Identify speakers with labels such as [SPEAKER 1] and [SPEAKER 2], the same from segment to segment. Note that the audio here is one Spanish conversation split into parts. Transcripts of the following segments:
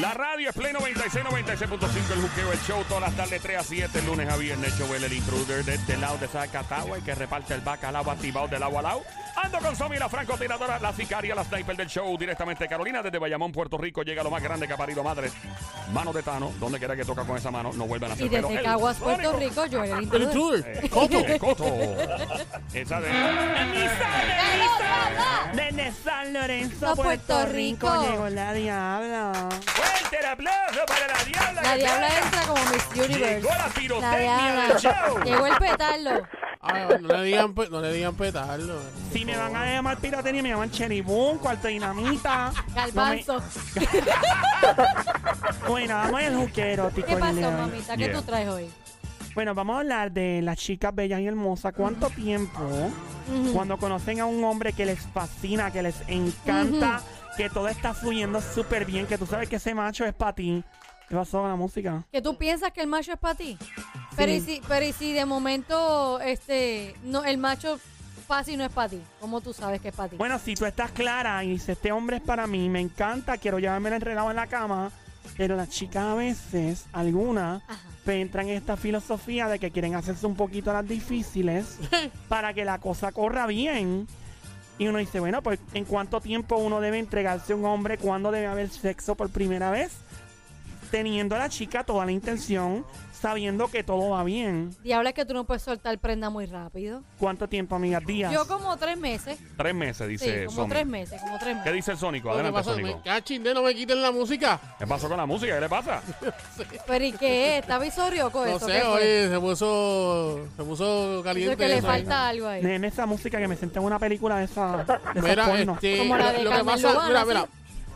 [SPEAKER 1] La radio es Play 96, 96.5, el juqueo, el show, todas las tardes 3 a 7, lunes a viernes, show el intruder de este lado de Zacatagua, el que reparte el bacalao activado del agua al lado. Ando con Somi, la francotiradora, la sicaria, la sniper del show, directamente de Carolina, desde Bayamón, Puerto Rico, llega lo más grande que ha parido madre, mano de Tano, donde quiera que toca con esa mano, no vuelvan a hacer
[SPEAKER 2] Y
[SPEAKER 1] pero
[SPEAKER 2] desde
[SPEAKER 1] el
[SPEAKER 2] Caguas, Puerto
[SPEAKER 1] sónico-
[SPEAKER 2] Rico, yo el
[SPEAKER 3] El
[SPEAKER 2] intruder.
[SPEAKER 3] intruder.
[SPEAKER 1] Coto, Coto. Esa de...
[SPEAKER 4] Desde San Lorenzo,
[SPEAKER 2] No,
[SPEAKER 4] Puerto,
[SPEAKER 2] Puerto
[SPEAKER 4] Rico.
[SPEAKER 2] Rico.
[SPEAKER 4] llegó la diabla.
[SPEAKER 1] ¡Fuerte el aplauso para la diabla!
[SPEAKER 2] La
[SPEAKER 1] que
[SPEAKER 2] diabla
[SPEAKER 1] llega.
[SPEAKER 2] entra como Miss
[SPEAKER 1] Llegó
[SPEAKER 2] Universe.
[SPEAKER 1] la
[SPEAKER 2] La
[SPEAKER 1] pirotecnia del
[SPEAKER 2] diabla.
[SPEAKER 1] show.
[SPEAKER 2] Llegó el petardo.
[SPEAKER 3] Ah, no, le digan, pe- no le digan petardo.
[SPEAKER 4] Si me van a llamar piratería, me llaman cheribún, cuarto dinamita.
[SPEAKER 2] Galbanzo.
[SPEAKER 4] No me- Bueno, vamos al juquero, tico
[SPEAKER 2] ¿Qué pasó,
[SPEAKER 4] león.
[SPEAKER 2] mamita? ¿Qué
[SPEAKER 1] Yeah.
[SPEAKER 2] tú traes hoy?
[SPEAKER 4] Bueno, vamos a hablar de las chicas bellas y hermosas. ¿Cuánto tiempo
[SPEAKER 2] Mm.
[SPEAKER 4] cuando conocen a un hombre que les fascina, que les encanta, que todo está fluyendo súper bien, que tú sabes que ese macho es para ti? ¿Qué pasó con la música?
[SPEAKER 2] ¿Que tú piensas que el macho es para ti? Pero, y si, pero y si de momento este, no, el macho fácil no es para ti. ¿Cómo tú sabes que es para ti?
[SPEAKER 4] Bueno, si tú estás clara y dices, este hombre es para mí, me encanta, quiero llevarme el enredado en la cama, pero las chicas a veces, algunas,
[SPEAKER 2] Ajá.
[SPEAKER 4] pues, entran en esta filosofía de que quieren hacerse un poquito las difíciles para que la cosa corra bien. Y uno dice, bueno, pues en cuánto tiempo uno debe entregarse a un hombre, cuándo debe haber sexo por primera vez, teniendo a la chica toda la intención, sabiendo que todo va bien.
[SPEAKER 2] Diabla es que tú no puedes soltar prenda muy rápido.
[SPEAKER 4] ¿Cuánto tiempo, amigas? Días.
[SPEAKER 2] Yo como tres meses.
[SPEAKER 1] Tres meses, dice
[SPEAKER 2] Sí, como
[SPEAKER 1] Sonic.
[SPEAKER 2] tres meses, como tres
[SPEAKER 1] ¿Qué
[SPEAKER 2] meses.
[SPEAKER 1] dice el Sónico?
[SPEAKER 3] Lo que
[SPEAKER 1] Adelante,
[SPEAKER 3] pasa es que
[SPEAKER 1] Sónico.
[SPEAKER 3] me cachin de no me quiten la música.
[SPEAKER 1] ¿Qué pasó con la música? ¿Qué le pasa?
[SPEAKER 2] Pero ¿y qué? ¿Está visorioco
[SPEAKER 3] No
[SPEAKER 2] eso?
[SPEAKER 3] sé,
[SPEAKER 2] ¿Qué fue?
[SPEAKER 3] oye, se puso, se puso caliente.
[SPEAKER 2] Eso es que le
[SPEAKER 3] eso.
[SPEAKER 2] falta algo ahí.
[SPEAKER 4] Nena, esa música que me senté en una película de esa. De esas
[SPEAKER 3] Mira,
[SPEAKER 4] porno.
[SPEAKER 3] este,
[SPEAKER 2] Como la de
[SPEAKER 3] lo que
[SPEAKER 2] Carmen
[SPEAKER 3] pasa,
[SPEAKER 2] Lobán,
[SPEAKER 3] mira,
[SPEAKER 2] así.
[SPEAKER 3] mira.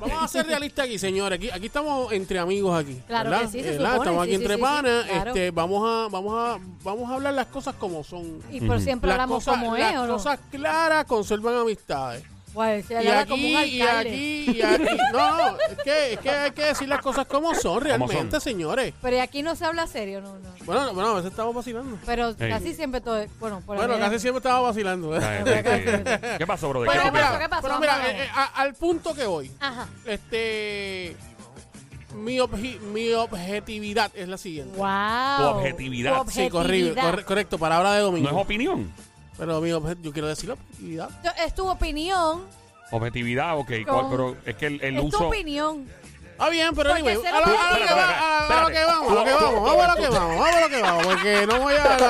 [SPEAKER 3] Vamos a ser realistas aquí, señores. Aquí, aquí estamos entre amigos aquí.
[SPEAKER 2] Claro
[SPEAKER 3] ¿verdad?
[SPEAKER 2] que sí, se
[SPEAKER 3] ¿Verdad?
[SPEAKER 2] supone, sí,
[SPEAKER 3] Estamos aquí
[SPEAKER 2] sí,
[SPEAKER 3] entre
[SPEAKER 2] sí, sí,
[SPEAKER 3] panas.
[SPEAKER 2] claro.
[SPEAKER 3] este, vamos a, vamos a, vamos a hablar las cosas como son.
[SPEAKER 2] Y por siempre
[SPEAKER 3] Las
[SPEAKER 2] hablamos
[SPEAKER 3] cosas,
[SPEAKER 2] como
[SPEAKER 3] las
[SPEAKER 2] es, ¿o no?
[SPEAKER 3] cosas claras conservan amistades.
[SPEAKER 2] Guay, se
[SPEAKER 3] Y
[SPEAKER 2] habla
[SPEAKER 3] aquí,
[SPEAKER 2] como un
[SPEAKER 3] y
[SPEAKER 2] alcalde.
[SPEAKER 3] aquí, y aquí. No, no, es que, es que hay que decir las cosas como
[SPEAKER 1] Como
[SPEAKER 3] son
[SPEAKER 1] son.
[SPEAKER 3] realmente, señores.
[SPEAKER 2] Pero y aquí no se habla serio, no, no.
[SPEAKER 3] Bueno, bueno, a veces estamos vacilando.
[SPEAKER 2] Pero
[SPEAKER 1] Ey.
[SPEAKER 2] casi siempre todo. Bueno, por
[SPEAKER 3] Bueno,
[SPEAKER 2] ahí-
[SPEAKER 3] casi siempre estamos vacilando. ¿eh?
[SPEAKER 1] Ay, sí, sí. ¿Qué pasó, bro? ¿De qué
[SPEAKER 2] Bueno,
[SPEAKER 1] te
[SPEAKER 3] Pero
[SPEAKER 2] pasó?
[SPEAKER 3] mira,
[SPEAKER 2] ¿Qué pasó?
[SPEAKER 3] pero mira,
[SPEAKER 2] Vamos.
[SPEAKER 3] eh, eh, a- al punto que voy.
[SPEAKER 2] Ajá.
[SPEAKER 3] Este. Mi, obje- mi objetividad es la siguiente.
[SPEAKER 2] Wow.
[SPEAKER 1] Tu objetividad.
[SPEAKER 2] Tu
[SPEAKER 3] Sí, corri-
[SPEAKER 2] objetividad.
[SPEAKER 3] corre- correcto, palabra de
[SPEAKER 1] No
[SPEAKER 3] domingo.
[SPEAKER 1] es opinión.
[SPEAKER 3] pero mi obje- yo quiero decir objetividad.
[SPEAKER 2] Esto Es tu opinión.
[SPEAKER 1] Objetividad, ok.
[SPEAKER 2] Con-
[SPEAKER 1] ¿cuál? Pero es que el, el
[SPEAKER 2] es tu
[SPEAKER 1] uso.
[SPEAKER 2] opinión.
[SPEAKER 3] Ah, bien, pero
[SPEAKER 2] Porque
[SPEAKER 3] anyway,
[SPEAKER 2] ser
[SPEAKER 3] a, lo- a lo que
[SPEAKER 1] Espérate,
[SPEAKER 3] va- a lo que
[SPEAKER 1] espérate.
[SPEAKER 3] vamos, a lo que
[SPEAKER 1] Tú-
[SPEAKER 3] vamos,
[SPEAKER 1] tú-
[SPEAKER 3] vamos a lo que vamos, vamos a lo que vamos, porque no voy a, no,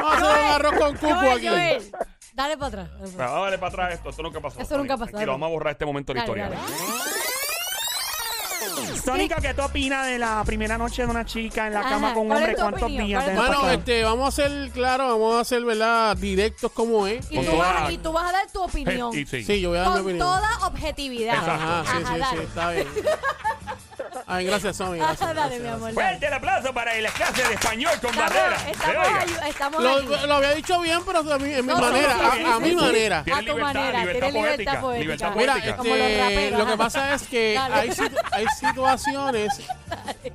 [SPEAKER 3] vamos a hacer un arroz con cuco
[SPEAKER 2] Joel,
[SPEAKER 3] aquí.
[SPEAKER 2] Joel, Dale para atrás. dale para atrás.
[SPEAKER 1] Pero Vamos a darle para atrás esto. Esto nunca pasó.
[SPEAKER 2] Eso nunca
[SPEAKER 1] Tranquilo,
[SPEAKER 2] pasó.
[SPEAKER 1] tranquilo, vamos a borrar este momento de la
[SPEAKER 2] Dale,
[SPEAKER 1] historia.
[SPEAKER 2] dale.
[SPEAKER 4] Sónico, ¿qué tú opinas de la primera noche de una chica en la
[SPEAKER 2] Ajá,
[SPEAKER 4] cama con un
[SPEAKER 2] ¿cuál
[SPEAKER 4] hombre?
[SPEAKER 2] es tu
[SPEAKER 4] ¿Cuántos
[SPEAKER 2] opinión?
[SPEAKER 4] días?
[SPEAKER 2] ¿Cuál es tu
[SPEAKER 4] te
[SPEAKER 3] Bueno,
[SPEAKER 4] pasaron?
[SPEAKER 3] este, vamos a ser, claro, vamos a ser, ¿verdad? Directos como es.
[SPEAKER 2] Y tú,
[SPEAKER 1] toda-
[SPEAKER 2] vas, y tú vas a dar tu opinión.
[SPEAKER 1] Y sí.
[SPEAKER 3] Sí, yo voy a dar mi
[SPEAKER 2] Con
[SPEAKER 3] opinión.
[SPEAKER 2] toda objetividad.
[SPEAKER 3] Ajá, sí, sí, sí,
[SPEAKER 2] dale.
[SPEAKER 3] está bien. Ay, gracias, Somi. Gracias,
[SPEAKER 2] Ajá, dale,
[SPEAKER 3] gracias,
[SPEAKER 2] mi
[SPEAKER 3] gracias.
[SPEAKER 2] amor. dale.
[SPEAKER 1] Fuerte el aplauso para la clase de español con barreras.
[SPEAKER 2] Estamos, estamos, ayu- estamos
[SPEAKER 3] Lo,
[SPEAKER 2] ahí.
[SPEAKER 3] lo había dicho bien, pero a mi, en mi
[SPEAKER 2] No, sí,
[SPEAKER 3] manera,
[SPEAKER 2] sí,
[SPEAKER 3] a,
[SPEAKER 2] sí,
[SPEAKER 3] a
[SPEAKER 2] sí,
[SPEAKER 3] mi
[SPEAKER 2] sí.
[SPEAKER 3] manera.
[SPEAKER 1] Tiene
[SPEAKER 2] A tu
[SPEAKER 1] libertad,
[SPEAKER 2] manera,
[SPEAKER 1] libertad
[SPEAKER 2] tiene
[SPEAKER 1] poética,
[SPEAKER 2] libertad
[SPEAKER 1] libertad
[SPEAKER 2] poética.
[SPEAKER 3] Mira,
[SPEAKER 1] poética.
[SPEAKER 2] Como los
[SPEAKER 3] este,
[SPEAKER 2] raperos,
[SPEAKER 3] lo que
[SPEAKER 2] ajá.
[SPEAKER 3] pasa es que
[SPEAKER 2] Dale.
[SPEAKER 3] hay, situ- hay situaciones.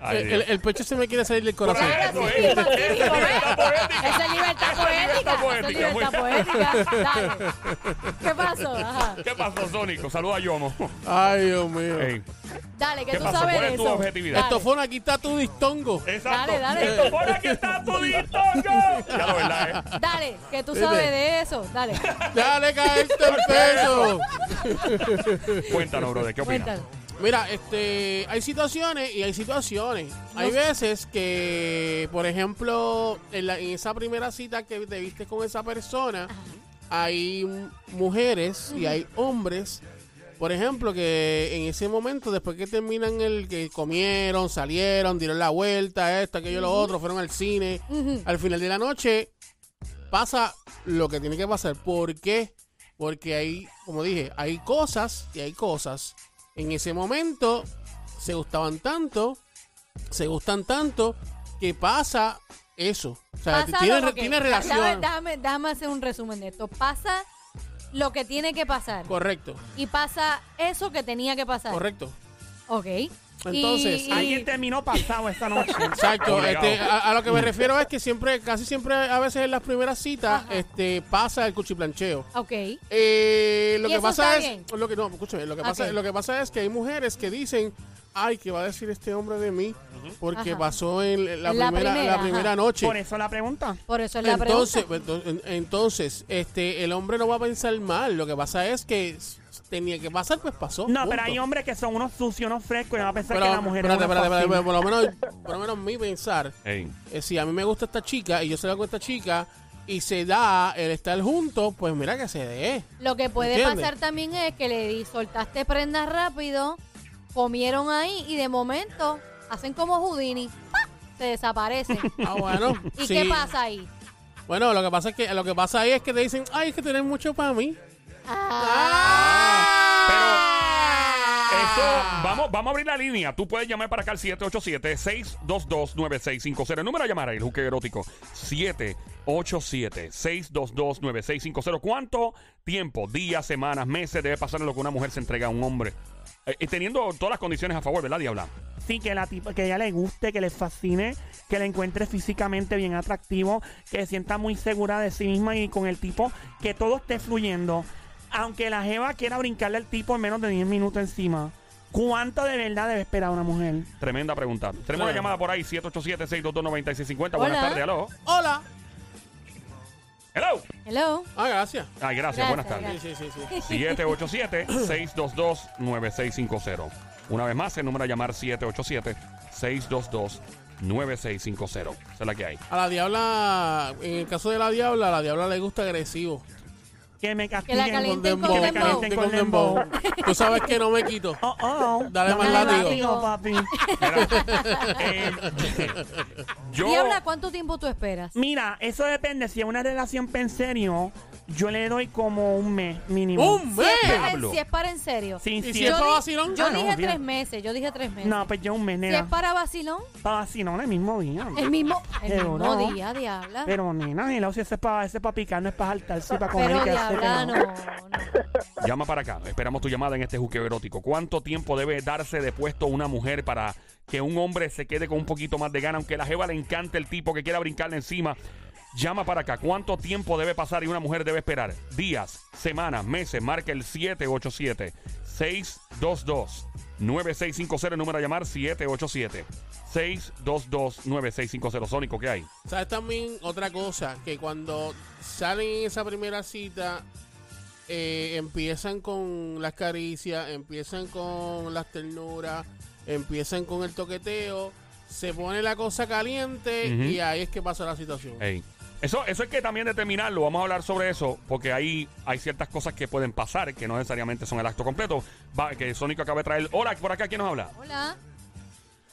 [SPEAKER 1] Ay,
[SPEAKER 3] el,
[SPEAKER 1] Dios.
[SPEAKER 3] el pecho se me quiere salir del
[SPEAKER 1] Por
[SPEAKER 3] corazón.
[SPEAKER 1] eso,
[SPEAKER 2] sí,
[SPEAKER 1] eh.
[SPEAKER 2] sí, sí,
[SPEAKER 1] Esa es
[SPEAKER 2] sí,
[SPEAKER 1] libertad poética.
[SPEAKER 2] Esa es libertad
[SPEAKER 1] Esa es libertad
[SPEAKER 2] poética.
[SPEAKER 1] poética,
[SPEAKER 2] Esa es
[SPEAKER 1] muy
[SPEAKER 2] libertad poética. Dale. ¿Qué pasó? Ajá.
[SPEAKER 1] ¿Qué pasó, Sónico? Saluda a Yomo.
[SPEAKER 3] Ay, Dios mío.
[SPEAKER 1] Ey,
[SPEAKER 2] Dale, que
[SPEAKER 1] ¿Qué
[SPEAKER 2] tú
[SPEAKER 1] pasó?
[SPEAKER 2] sabes
[SPEAKER 1] ¿Cuál es
[SPEAKER 2] eso.
[SPEAKER 1] tu objetividad?
[SPEAKER 2] Dale.
[SPEAKER 3] Esto fue una aquí está tu distongo.
[SPEAKER 1] Exacto.
[SPEAKER 2] Dale, dale.
[SPEAKER 1] Esto por aquí está tu distongo. Ya lo verdad, ¿eh?
[SPEAKER 2] Dale, que tú
[SPEAKER 3] Viste.
[SPEAKER 2] sabes de eso. Dale,
[SPEAKER 3] Dale caerte el peso.
[SPEAKER 1] Cuéntanos, brother, ¿qué opinas?
[SPEAKER 2] cuéntalo.
[SPEAKER 3] Mira, este, hay situaciones y hay situaciones. Hay veces que, por ejemplo, en, la- en esa primera cita que te viste con esa persona, hay m- mujeres y hay hombres, por ejemplo, que en ese momento, después que terminan el que comieron, salieron, dieron la vuelta, esto, aquello, lo otro, fueron al cine, al final de la noche pasa lo que tiene que pasar. ¿Por qué? Porque hay, como dije, hay cosas y hay cosas. En ese momento se gustaban tanto, se gustan tanto, que pasa eso. O sea,
[SPEAKER 2] Pasa
[SPEAKER 3] tiene,
[SPEAKER 2] lo
[SPEAKER 3] re-
[SPEAKER 2] que-
[SPEAKER 3] tiene
[SPEAKER 2] da-
[SPEAKER 3] relación.
[SPEAKER 2] Déjame, déjame- déjame hacer un resumen de esto. Pasa lo que tiene que pasar.
[SPEAKER 3] Correcto,
[SPEAKER 2] y pasa eso que tenía que pasar.
[SPEAKER 3] correcto.
[SPEAKER 2] Ok.
[SPEAKER 3] Entonces,
[SPEAKER 2] Y- y-
[SPEAKER 4] Alguien terminó pasado esta noche.
[SPEAKER 3] Exacto,
[SPEAKER 1] Obligado.
[SPEAKER 3] este, a, a lo que me refiero es que siempre, casi siempre, a veces en las primeras citas,
[SPEAKER 2] Ajá.
[SPEAKER 3] este, pasa el cuchiplancheo.
[SPEAKER 2] Ok.
[SPEAKER 3] Eh, lo
[SPEAKER 2] ¿Y
[SPEAKER 3] que
[SPEAKER 2] eso
[SPEAKER 3] pasa
[SPEAKER 2] está
[SPEAKER 3] es
[SPEAKER 2] bien?
[SPEAKER 3] lo que no, escúchame, lo que
[SPEAKER 2] Ok.
[SPEAKER 3] pasa lo que pasa es que hay mujeres que dicen ay, ¿qué va a decir este hombre de mí? Porque
[SPEAKER 2] Ajá.
[SPEAKER 3] pasó en la,
[SPEAKER 2] En la
[SPEAKER 3] primera,
[SPEAKER 2] primera,
[SPEAKER 3] la primera
[SPEAKER 2] ajá.
[SPEAKER 3] noche.
[SPEAKER 4] Por eso la pregunta.
[SPEAKER 2] Por eso es la
[SPEAKER 3] Entonces,
[SPEAKER 2] pregunta.
[SPEAKER 3] pues, en- entonces, este, el hombre no va a pensar mal. Lo que pasa es que s- tenía que pasar, pues pasó.
[SPEAKER 4] No,
[SPEAKER 3] punto.
[SPEAKER 4] pero hay hombres que son unos sucios, unos frescos y van a pensar
[SPEAKER 3] Pero,
[SPEAKER 4] que la mujer
[SPEAKER 3] espérate,
[SPEAKER 4] es una
[SPEAKER 3] espérate, espérate,
[SPEAKER 4] fácil.
[SPEAKER 3] por lo menos, por lo menos mi pensar.
[SPEAKER 1] Ey.
[SPEAKER 3] eh, si a mí me gusta esta chica y yo salgo con esta chica y se da el estar juntos, pues mira que se dé.
[SPEAKER 2] Lo que puede
[SPEAKER 3] ¿Entiendes?
[SPEAKER 2] pasar también es que le di, soltaste prendas rápido, comieron ahí y de momento hacen como Houdini, ¡pa! se desaparecen.
[SPEAKER 3] Ah, bueno.
[SPEAKER 2] ¿Y
[SPEAKER 3] sí.
[SPEAKER 2] qué pasa ahí?
[SPEAKER 3] Bueno, lo que pasa es que lo que pasa ahí es que te dicen, ay, es que tenés mucho para mí.
[SPEAKER 1] Eso, vamos, vamos a abrir la línea. Tú puedes llamar para acá al 787-622-9650. El número a llamar ahí, el juque erótico. 787-622-9650. ¿Cuánto tiempo, días, semanas, meses debe pasar en lo que una mujer se entrega a un hombre? Eh, y teniendo todas las condiciones a favor, ¿verdad, Diabla?
[SPEAKER 4] Sí, que la tipa- que ella le guste, que le fascine, que la encuentre físicamente bien atractivo, que se sienta muy segura de sí misma y con el tipo, que todo esté fluyendo. Aunque la jeva quiera brincarle al tipo en menos de 10 minutos encima. ¿Cuánto de verdad debe esperar una mujer?
[SPEAKER 1] Tremenda pregunta. Tenemos una
[SPEAKER 3] Claro.
[SPEAKER 1] llamada por ahí, 787-622-9650. Buenas
[SPEAKER 2] Hola.
[SPEAKER 1] tardes, hello.
[SPEAKER 3] Hola.
[SPEAKER 1] Hello.
[SPEAKER 2] Hello.
[SPEAKER 3] Ah, gracias.
[SPEAKER 1] Ay, gracias,
[SPEAKER 2] Gracias,
[SPEAKER 1] buenas tardes.
[SPEAKER 3] Sí, sí, sí. sí.
[SPEAKER 1] 787-622-9650. Una vez más, el número a llamar 787-622-9650. Esa es la que hay.
[SPEAKER 3] A la diabla, en el caso de la diabla, a la diabla le gusta agresivo.
[SPEAKER 4] Que me castiguen.
[SPEAKER 2] caliente. Calienten
[SPEAKER 3] dembow, que
[SPEAKER 4] con
[SPEAKER 3] me
[SPEAKER 4] dembow.
[SPEAKER 3] calienten con dembow. Tú sabes que no me quito.
[SPEAKER 4] Oh, oh.
[SPEAKER 3] Dale
[SPEAKER 4] No
[SPEAKER 3] más
[SPEAKER 4] me
[SPEAKER 3] látigo.
[SPEAKER 4] papi.
[SPEAKER 1] Mira, eh, yo.
[SPEAKER 2] Diabla, ¿cuánto tiempo tú esperas?
[SPEAKER 4] Mira, eso depende. Si es una relación en serio, yo le doy como un mes mínimo.
[SPEAKER 3] ¡Un
[SPEAKER 2] Si es, para,
[SPEAKER 3] mes!
[SPEAKER 1] Diablo.
[SPEAKER 2] si es para en serio.
[SPEAKER 4] Sí,
[SPEAKER 3] ¿Y
[SPEAKER 4] sí.
[SPEAKER 3] si es
[SPEAKER 2] yo
[SPEAKER 3] para
[SPEAKER 2] di-
[SPEAKER 3] vacilón?
[SPEAKER 2] yo
[SPEAKER 4] Ah, no,
[SPEAKER 2] dije
[SPEAKER 4] olvídate.
[SPEAKER 2] tres meses, yo dije tres meses.
[SPEAKER 4] No, pues yo un mes,
[SPEAKER 2] si es
[SPEAKER 4] nena.
[SPEAKER 2] para vacilón,
[SPEAKER 4] Para vacilón el mismo día.
[SPEAKER 2] el mismo, el
[SPEAKER 4] Pero
[SPEAKER 2] mismo
[SPEAKER 4] no.
[SPEAKER 2] día, diabla. Pero,
[SPEAKER 4] Pero nena, hello, si ese es para ese pa picar, no es para saltarse, para comer. que hace que
[SPEAKER 2] diabla,
[SPEAKER 4] no.
[SPEAKER 2] no. no.
[SPEAKER 1] Llama para acá. Esperamos tu llamada en este juqueo erótico. ¿Cuánto tiempo debe darse de puesto una mujer para que un hombre se quede con un poquito más de gana? Aunque la jeva le encante el tipo que quiera brincarle encima. Llama para acá. ¿Cuánto tiempo debe pasar y una mujer debe esperar? Días, semanas, meses. Marca el 787-622-9650. El número a llamar 787-622-9650. Sónico, ¿qué hay?
[SPEAKER 3] ¿Sabes también otra cosa? Que cuando salen en esa primera cita, eh, empiezan con las caricias, empiezan con las ternuras, empiezan con el toqueteo, se pone la cosa caliente
[SPEAKER 1] Ujú.
[SPEAKER 3] y ahí es que pasa la situación.
[SPEAKER 1] Ey. Eso, eso hay que también determinarlo. Vamos a hablar sobre eso porque hay, hay ciertas cosas que pueden pasar que no necesariamente son el acto completo. Va, que Sónico acaba de traer. Hola, por acá, ¿quién nos habla?
[SPEAKER 2] Hola.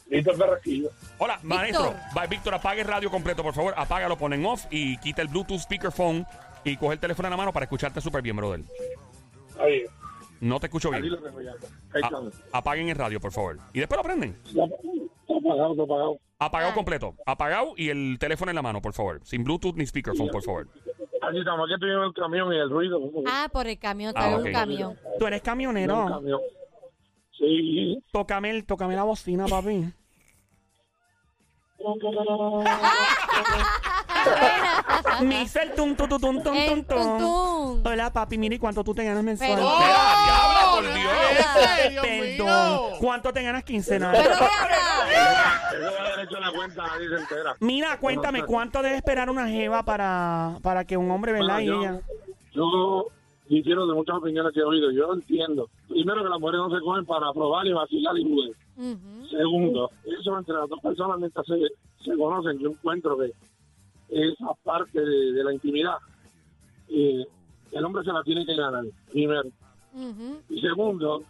[SPEAKER 5] Víctor Ferraquillo.
[SPEAKER 1] Hola, maestro.
[SPEAKER 2] Víctor.
[SPEAKER 1] Va, Víctor, apague el radio completo, por favor. Apágalo, pon en off y quita el Bluetooth speakerphone y coge el teléfono en la mano para escucharte súper bien, brother.
[SPEAKER 5] Ahí,
[SPEAKER 1] No te escucho
[SPEAKER 5] ahí
[SPEAKER 1] bien.
[SPEAKER 5] lo tengo ya. Ahí
[SPEAKER 1] A-
[SPEAKER 5] está.
[SPEAKER 1] apaguen el radio, por favor. Y después lo prenden.
[SPEAKER 5] Está está apagado, está apagado.
[SPEAKER 1] Apagado
[SPEAKER 2] Ah.
[SPEAKER 1] completo. Apagado y el teléfono en la mano, por favor. Sin Bluetooth ni speakerphone, por favor.
[SPEAKER 5] Aquí estamos, aquí estoy en el camión y el ruido.
[SPEAKER 2] Ah, por el camión,
[SPEAKER 1] Ah,
[SPEAKER 2] trae
[SPEAKER 1] ok.
[SPEAKER 2] un camión.
[SPEAKER 4] Tú eres camionero.
[SPEAKER 5] Un camión. Sí.
[SPEAKER 4] Tócame, el- tócame la bocina, papi. Me hice el tum, tum, tum, tum, tum,
[SPEAKER 2] El
[SPEAKER 4] tum, tum.
[SPEAKER 2] tuntún.
[SPEAKER 4] Hola, papi, mira, ¿y cuánto tú te ganas mensual?
[SPEAKER 2] Pero-
[SPEAKER 1] Espera, diabla,
[SPEAKER 3] ¡Oh,
[SPEAKER 1] por
[SPEAKER 3] no!
[SPEAKER 1] Dios!
[SPEAKER 3] ¡Ey, Dios
[SPEAKER 4] Perdón.
[SPEAKER 3] mío!
[SPEAKER 4] ¿Cuánto te ganas quincenal?
[SPEAKER 2] Pero diabla,
[SPEAKER 5] Eso va derecho a la cuenta, nadie se entera.
[SPEAKER 4] Mira, cuéntame, ¿cuánto debe esperar una jeva para, para que un hombre,
[SPEAKER 5] Bueno,
[SPEAKER 4] ¿verdad? Y
[SPEAKER 5] yo,
[SPEAKER 4] ella-
[SPEAKER 5] yo difiero de muchas opiniones que he oído. Yo entiendo. Primero, que las mujeres no se cogen para probar y vacilar y jugar.
[SPEAKER 2] Ujú.
[SPEAKER 5] Segundo, eso entre las dos personas mientras se, se conocen, yo encuentro que esa parte de, de la intimidad, eh, el hombre se la tiene que ganar, primero.
[SPEAKER 2] Ujú.
[SPEAKER 5] Y segundo,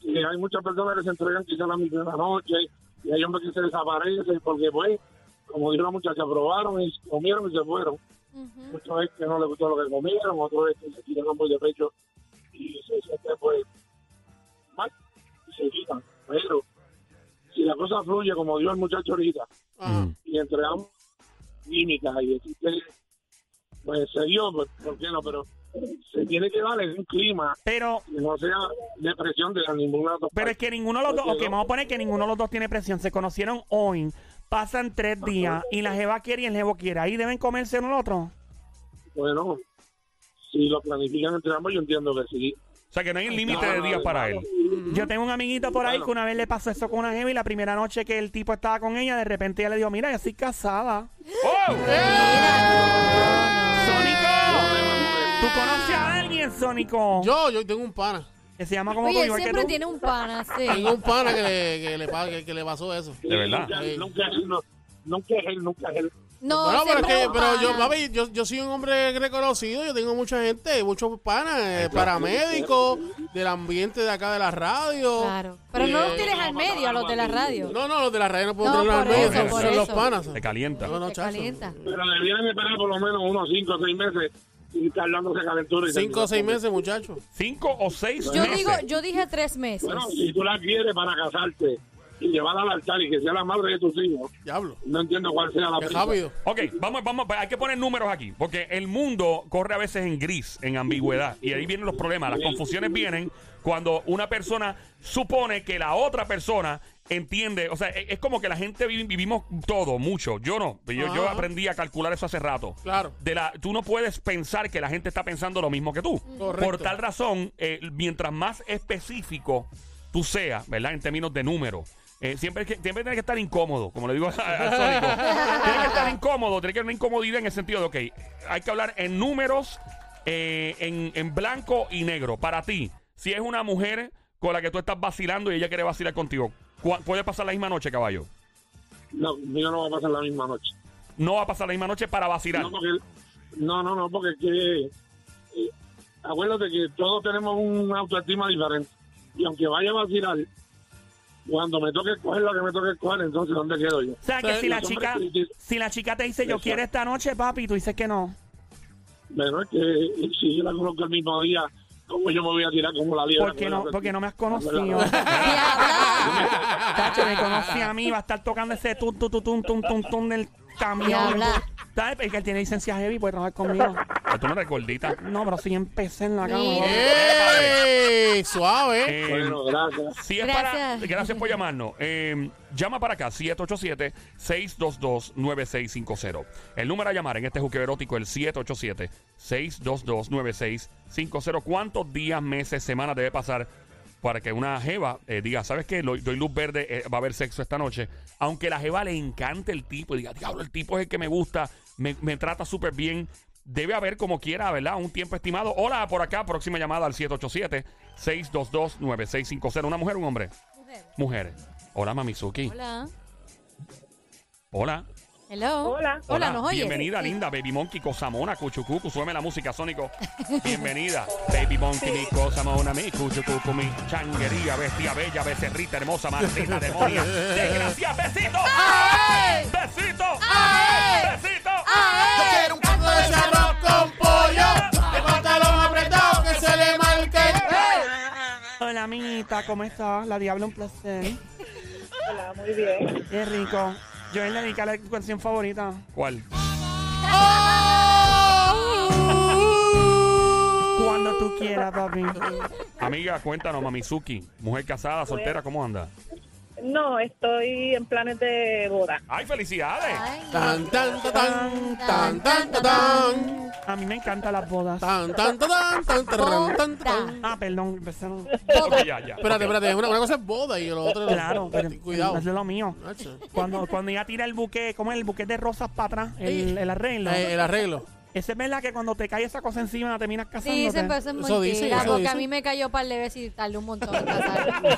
[SPEAKER 5] que hay muchas personas que se entregan quizás a la mitad de la noche y hay hombres que se desaparecen porque, pues, como dijo la muchacha, probaron y comieron y se fueron.
[SPEAKER 2] Ujú.
[SPEAKER 5] Muchos es que no les gustó lo que comieron, otros es que se tiraron muy de pecho y se sienten, pues, mal y se quitan. Pero si la cosa fluye, como dijo el muchacho ahorita,
[SPEAKER 3] Ajá.
[SPEAKER 1] Mm.
[SPEAKER 5] y entre ambos química y existe, pues, se dio, pues, ¿por qué no? Pero se tiene que dar en un clima
[SPEAKER 4] Pero,
[SPEAKER 5] que no sea depresión de ningún lado.
[SPEAKER 4] pero es que ninguno de los dos, ok, vamos a poner que ninguno de los dos tiene presión. Se conocieron hoy, pasan tres días y la jeva quiere y el jevo quiere. Ahí deben comerse uno al otro.
[SPEAKER 5] pues, Bueno, si lo planifican entre ambos, yo entiendo que sí.
[SPEAKER 1] sea, que no hay un límite de días para él.
[SPEAKER 4] Yo tengo un amiguito por ahí que una vez le pasó eso con una neva y la primera noche que el tipo estaba con ella, de repente ella le dijo, mira, yo soy casada.
[SPEAKER 1] ¡Oh!
[SPEAKER 4] ¡Sónico! ¿Tú conoces a alguien, Sónico?
[SPEAKER 3] Yo, yo tengo un pana.
[SPEAKER 4] Que se llama como tú,
[SPEAKER 2] Oye, él
[SPEAKER 4] igual que
[SPEAKER 2] siempre
[SPEAKER 4] tú.
[SPEAKER 2] tiene un pana, sí.
[SPEAKER 3] Tengo un pana que le, que le, pa- que- que le pasó eso.
[SPEAKER 1] De verdad.
[SPEAKER 5] Nunca, nunca, no, nunca es él, nunca es él.
[SPEAKER 2] No,
[SPEAKER 3] Bueno, pero, es
[SPEAKER 2] siempre
[SPEAKER 3] que,
[SPEAKER 2] un
[SPEAKER 3] pero yo,
[SPEAKER 2] pana.
[SPEAKER 3] papi, yo, yo soy un hombre reconocido, yo tengo mucha gente, muchos panas, eh, paramédicos, del ambiente de acá de la radio. Eh,
[SPEAKER 2] Claro. Pero no los tienes al medio, a los de la radio.
[SPEAKER 3] No, no, los de la radio no puedo
[SPEAKER 2] No,
[SPEAKER 3] tener
[SPEAKER 2] por
[SPEAKER 3] medio,
[SPEAKER 1] eso,
[SPEAKER 3] son,
[SPEAKER 1] por
[SPEAKER 3] son los
[SPEAKER 2] eso.
[SPEAKER 3] panas.
[SPEAKER 1] Te calienta.
[SPEAKER 3] No, no,
[SPEAKER 2] Te
[SPEAKER 3] chacho.
[SPEAKER 2] calienta.
[SPEAKER 5] Pero debieran esperar por lo menos unos 5 o 6 meses y estar dándose calentura. y
[SPEAKER 3] Cinco o
[SPEAKER 5] terminar.
[SPEAKER 3] seis meses, muchachos.
[SPEAKER 1] Cinco o seis
[SPEAKER 2] Yo
[SPEAKER 1] meses.
[SPEAKER 2] digo, yo dije tres meses.
[SPEAKER 5] Bueno, si tú la quieres para casarte y llevarla al altar y que sea la madre de tus hijos,
[SPEAKER 3] Diablo.
[SPEAKER 5] no entiendo cuál sea la
[SPEAKER 3] Qué
[SPEAKER 5] prisa.
[SPEAKER 3] rápido.
[SPEAKER 1] Ok, vamos, vamos, hay que poner números aquí, porque el mundo corre a veces en gris, en ambigüedad, y ahí vienen los problemas, las confusiones vienen cuando una persona supone que la otra persona entiende, o sea, e- es como que la gente vivi- vivimos todo, mucho, yo no, yo, yo
[SPEAKER 3] Ajá.
[SPEAKER 1] aprendí a calcular eso hace rato.
[SPEAKER 3] Claro.
[SPEAKER 1] De la, tú no puedes pensar que la gente está pensando lo mismo que tú.
[SPEAKER 3] Correcto.
[SPEAKER 1] Por tal razón, eh, mientras más específico tú seas, ¿verdad? En términos de número. eh, siempre, que- siempre tienes que estar incómodo, como le digo a, a Sónico. tienes que estar incómodo, tienes que tener una incomodidad en el sentido de, ok, hay que hablar en números, eh, en, en blanco y negro. Para ti, si es una mujer con la que tú estás vacilando y ella quiere vacilar contigo, ¿cu- ¿puede pasar la misma noche, caballo?
[SPEAKER 5] No, mío no va a pasar la misma noche.
[SPEAKER 1] No va a pasar la misma noche para vacilar.
[SPEAKER 5] No, porque, no, no, no, porque es que, eh, acuérdate que todos tenemos un autoestima diferente. Y aunque vaya a vacilar, cuando me toque escoger lo que me toque escoger, entonces ¿dónde quedo yo?
[SPEAKER 4] O sea, que
[SPEAKER 3] Sí,
[SPEAKER 4] si la
[SPEAKER 5] los
[SPEAKER 4] chica
[SPEAKER 5] hombres que-
[SPEAKER 4] si la chica te dice, yo
[SPEAKER 5] Exacto.
[SPEAKER 4] quiero esta noche, papi, y tú dices que no.
[SPEAKER 5] Bueno, es que eh, si yo la conozco el mismo día, ¿cómo yo me voy a tirar como la liebre?
[SPEAKER 4] ¿Por qué no,
[SPEAKER 5] Acuérdate.
[SPEAKER 4] porque no me has conocido.
[SPEAKER 2] Diabla.
[SPEAKER 4] Tacho, me conoce a mí, va a estar tocando ese tum, tum, tum, tum, tum, tum, tum del camión.
[SPEAKER 2] Diabla.
[SPEAKER 4] ¿Sabes? Porque él tiene licencia heavy, puede trabajar conmigo.
[SPEAKER 1] Ah, Tú no eres gordita.
[SPEAKER 4] No, pero si empecé en la cama.
[SPEAKER 2] Mira.
[SPEAKER 4] ¿no?
[SPEAKER 3] ¡Ey! Suave.
[SPEAKER 1] Eh,
[SPEAKER 5] Bueno, gracias.
[SPEAKER 1] Si es para,
[SPEAKER 2] Gracias.
[SPEAKER 1] gracias por llamarnos. Eh, llama para acá, 787-622-9650. El número a llamar en este juque erótico, el 787-622-9650. ¿Cuántos días, meses, semanas debe pasar para que una jeva eh, diga, ¿sabes qué? Lo- doy luz verde, eh, va a haber sexo esta noche. Aunque la jeva le encante el tipo y diga, diablo, el tipo es el que me gusta, me, me trata súper bien. Debe haber como quiera, ¿verdad? Un tiempo estimado. Hola, por acá, próxima llamada al 787-622-9650. ¿Una mujer o un hombre? Mujer. Hola, Mamizuki.
[SPEAKER 2] Hola.
[SPEAKER 1] Hola.
[SPEAKER 2] Hello.
[SPEAKER 6] Hola.
[SPEAKER 2] Hola, ¿nos oyes?
[SPEAKER 1] Bienvenida,
[SPEAKER 2] Sí.
[SPEAKER 1] linda. Baby Monkey, Cosamona, Cuchucucu. Súbeme la música, Sónico. Bienvenida. Baby Monkey, mi Cosamona, mi Cuchucucu, mi changuería, bestia bella, becerrita hermosa, maldita demonia. Desgracia, besito.
[SPEAKER 2] ¡Ay!
[SPEAKER 1] Besito.
[SPEAKER 2] ¡Ay!
[SPEAKER 1] Besito.
[SPEAKER 3] Yo quiero un plato de ese arroz con pollo, de pantalón apretado que se le marque.
[SPEAKER 2] Eh.
[SPEAKER 4] Hola, amiguita, ¿cómo estás? La diabla, un placer.
[SPEAKER 6] Hola, muy bien.
[SPEAKER 4] Qué rico. Yo le dediqué a la canción favorita.
[SPEAKER 1] ¿Cuál?
[SPEAKER 4] Cuando tú quieras, papi.
[SPEAKER 1] Amiga, cuéntanos, Mamizuki. Mujer casada, soltera, ¿cómo anda?
[SPEAKER 6] No, estoy en planes de boda.
[SPEAKER 1] ¡Ay, felicidades!
[SPEAKER 2] Ay.
[SPEAKER 3] Tan, tan, ta, tan, tan, tan, ta, tan.
[SPEAKER 4] A mí me encantan las bodas.
[SPEAKER 3] Tan, tan, ta, tan, tan, tarán, tan, tan.
[SPEAKER 4] Ah, perdón, empecé. no.
[SPEAKER 1] Ok, ya, ya.
[SPEAKER 3] Espérate,
[SPEAKER 1] Ok.
[SPEAKER 3] espérate, una, una cosa es boda y lo otro
[SPEAKER 4] Claro, pero
[SPEAKER 3] cuidado.
[SPEAKER 4] es lo mío.
[SPEAKER 3] Nacho.
[SPEAKER 4] Cuando, cuando ella tira el buque, ¿cómo es el buque de rosas para atrás? El, el arreglo.
[SPEAKER 3] Eh, el arreglo.
[SPEAKER 4] Esa es verdad que cuando te cae esa cosa encima terminas casándote.
[SPEAKER 2] Sí, pues, se parece
[SPEAKER 3] Eso dice,
[SPEAKER 2] mentira,
[SPEAKER 3] eso
[SPEAKER 2] porque a
[SPEAKER 3] dice.
[SPEAKER 2] mí me cayó par de veces y tardé un montón en casarme.